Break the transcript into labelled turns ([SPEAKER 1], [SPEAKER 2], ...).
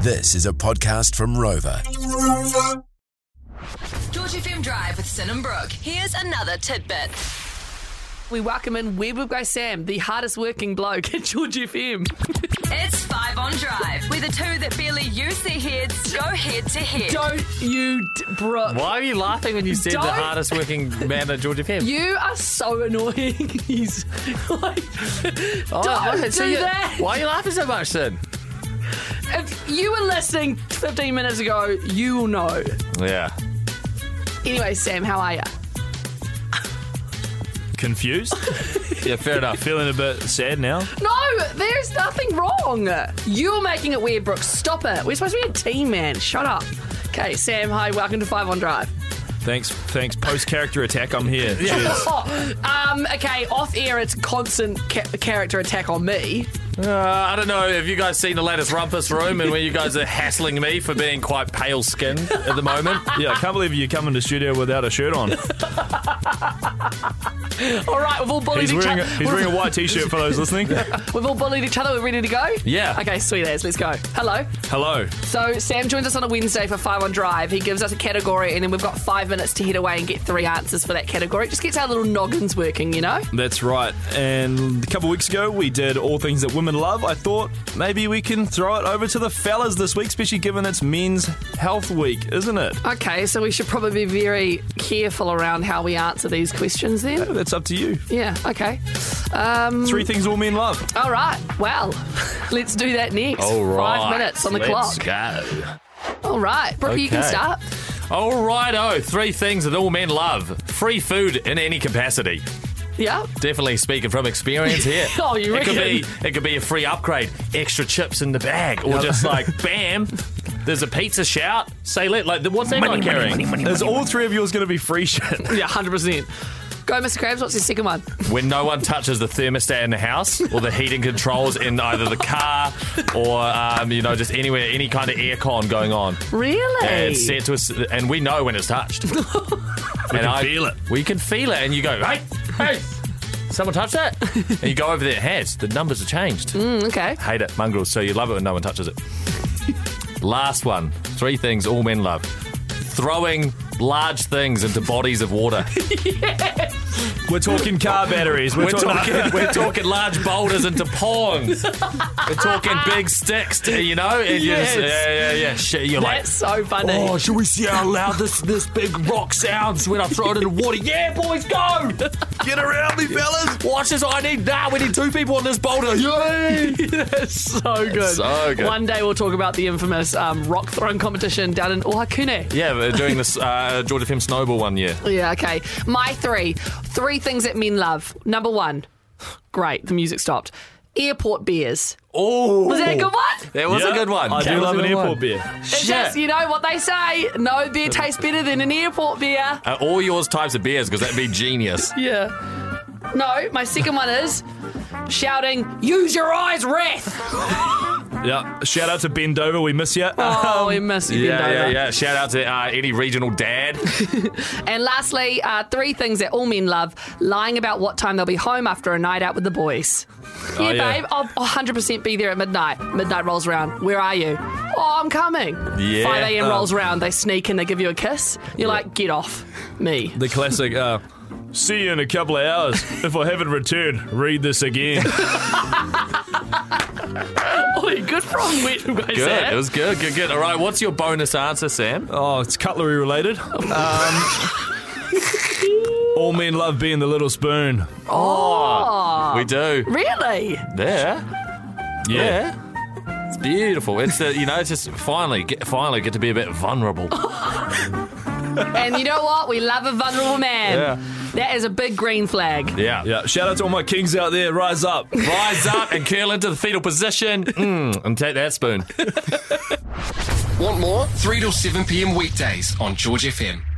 [SPEAKER 1] This is a podcast from Rover.
[SPEAKER 2] George FM Drive with Sin and Brooke. Here's another tidbit.
[SPEAKER 3] We welcome in Weeble Guy Sam, the hardest working bloke at George FM.
[SPEAKER 2] It's Five on Drive. We're the two that barely use their heads, go head to head.
[SPEAKER 3] Don't you, d- Brooke.
[SPEAKER 4] Why are you laughing when you said
[SPEAKER 3] Don't-
[SPEAKER 4] the hardest working man at Georgia FM?
[SPEAKER 3] You are so annoying. He's like, don't do that.
[SPEAKER 4] Why are you laughing so much then?
[SPEAKER 3] If you were listening 15 minutes ago, you will know.
[SPEAKER 4] Yeah.
[SPEAKER 3] Anyway, Sam, how are you?
[SPEAKER 5] confused.
[SPEAKER 4] Yeah, fair enough.
[SPEAKER 5] Feeling a bit sad now.
[SPEAKER 3] No, there's nothing wrong. You're making it weird, Brooke. Stop it. We're supposed to be a team, man. Shut up. Okay, Sam, hi. Welcome to Five on Drive.
[SPEAKER 5] Thanks, thanks. Post character attack. I'm here. Cheers.
[SPEAKER 3] um, okay, off air, it's constant ca- character attack on me.
[SPEAKER 4] Uh, I don't know. Have you guys seen the latest rumpus room and where you guys are hassling me for being quite pale skinned at the moment?
[SPEAKER 5] Yeah, I can't believe you come into the studio without a shirt on.
[SPEAKER 3] All right, we've all bullied
[SPEAKER 5] He's
[SPEAKER 3] each
[SPEAKER 5] wearing
[SPEAKER 3] other.
[SPEAKER 5] a, he's wearing a white t-shirt for those listening.
[SPEAKER 3] We've all bullied each other. We're ready to go?
[SPEAKER 4] Yeah.
[SPEAKER 3] Okay, sweet as. Let's go. Hello.
[SPEAKER 5] Hello.
[SPEAKER 3] So, Sam joins us on a Wednesday for Five on Drive. He gives us a category, and then we've got five minutes to head away and get three answers for that category. It just gets our little noggins working, you know?
[SPEAKER 5] That's right. And a couple weeks ago, we did all things that women love. I thought maybe we can throw it over to the fellas this week, especially given it's Men's Health Week, isn't it?
[SPEAKER 3] Okay, so we should probably be very careful around how we answer these questions then.
[SPEAKER 5] That's up to you.
[SPEAKER 3] Yeah, okay. Um,
[SPEAKER 5] Three things all men love.
[SPEAKER 3] all right, well, let's do that next. Five minutes on the
[SPEAKER 4] Let's
[SPEAKER 3] clock.
[SPEAKER 4] Go.
[SPEAKER 3] All right, Brooke, you can
[SPEAKER 4] Okay.
[SPEAKER 3] start.
[SPEAKER 4] All right, oh, three things that all men love free food in any capacity.
[SPEAKER 3] Yeah.
[SPEAKER 4] Definitely speaking from experience here.
[SPEAKER 3] Oh, you
[SPEAKER 4] it could
[SPEAKER 3] reckon?
[SPEAKER 4] be it could be a free upgrade, extra chips in the bag, or just like bam, there's a pizza shout. Say let like what's that guy carrying?
[SPEAKER 5] Is all three of yours going to be free shit?
[SPEAKER 3] Yeah, 100%. Go, Mr. Krabs, what's your second one?
[SPEAKER 4] When no one touches the thermostat in the house or the heating controls in either the car or um, you know just anywhere, any kind of aircon going on.
[SPEAKER 3] Really?
[SPEAKER 4] And it's set to us, and we know when it's touched. we and
[SPEAKER 5] can feel it.
[SPEAKER 4] We can feel it, and you go, hey, hey, someone touched that, and you go over there, it has the numbers are changed.
[SPEAKER 3] Mm, okay.
[SPEAKER 4] Hate it, mongrels. So you love it when no one touches it. Last one. Three things all men love. Throwing large things into bodies of water.
[SPEAKER 5] We're talking car batteries. We're,
[SPEAKER 4] We're
[SPEAKER 5] talking.
[SPEAKER 4] talking, we're talking large boulders into ponds. We're talking big sticks, to, you know? And you're just-
[SPEAKER 3] Yes.
[SPEAKER 4] yeah, yeah, yeah. Shit, you're like,
[SPEAKER 3] That's so funny.
[SPEAKER 4] oh, should we see how loud this, this big rock sounds when I throw it in the water? Yeah, boys, go!
[SPEAKER 5] Get around me, fellas.
[SPEAKER 4] Watch this. I need now. we need two people on this boulder. Yay!
[SPEAKER 3] That's so good.
[SPEAKER 4] so good.
[SPEAKER 3] One day we'll talk about the infamous um, rock throwing competition down in Ohakune.
[SPEAKER 4] Yeah, we're doing this uh, George FM Snowball one year.
[SPEAKER 3] Yeah, okay. My three. Three things that men love. Number one. Great, the music stopped. Airport beers.
[SPEAKER 4] Oh!
[SPEAKER 3] Was that a good one?
[SPEAKER 4] That was a good one.
[SPEAKER 5] I
[SPEAKER 4] That
[SPEAKER 5] do
[SPEAKER 4] was
[SPEAKER 5] love
[SPEAKER 4] a
[SPEAKER 5] an
[SPEAKER 4] good
[SPEAKER 5] airport
[SPEAKER 4] one.
[SPEAKER 5] beer.
[SPEAKER 3] It's just, you know what they say, no beer tastes better than an airport beer.
[SPEAKER 4] Uh, all yours types of beers, because that'd be genius.
[SPEAKER 3] Yeah. No, my second one is shouting, use your eyes,
[SPEAKER 4] Um,
[SPEAKER 3] Wrath.
[SPEAKER 5] Yeah. Shout out to Ben Dover. We miss Um, you.
[SPEAKER 3] Oh, we miss you, Ben Dover.
[SPEAKER 4] yeah. Shout out to uh, any regional dad.
[SPEAKER 3] And lastly, uh, three things that all men love lying about what time they'll be home after a night out with the boys. Yeah,
[SPEAKER 4] Oh, yeah.
[SPEAKER 3] babe, I'll 100% be there at midnight. Midnight rolls around. Where are you? Oh, I'm coming.
[SPEAKER 4] Yeah.
[SPEAKER 3] 5 a.m.
[SPEAKER 4] Um,
[SPEAKER 3] rolls around. They sneak in, they give you a kiss. You're like, get off me.
[SPEAKER 5] The classic. Uh, See you in a couple of hours. If I haven't returned, read this again.
[SPEAKER 3] Oh, good from Wet Guys.
[SPEAKER 4] Good.
[SPEAKER 3] eh?
[SPEAKER 4] It was good. Good. Good. All right. What's your bonus answer, Sam?
[SPEAKER 5] oh, it's cutlery related. Um, all men love being the little spoon.
[SPEAKER 4] Oh. We do.
[SPEAKER 3] Really?
[SPEAKER 4] There. Yeah. It's beautiful. It's uh, you know, it's just finally, get, finally get to be a bit vulnerable.
[SPEAKER 3] And you know what? We love a vulnerable man. That is a big green flag.
[SPEAKER 4] Yeah.
[SPEAKER 5] Yeah. Shout out to all my kings out there. Rise up.
[SPEAKER 4] Rise up and curl into the fetal position, mm, and take that spoon.
[SPEAKER 6] Want more? 3 till 7 p.m. weekdays on George FM.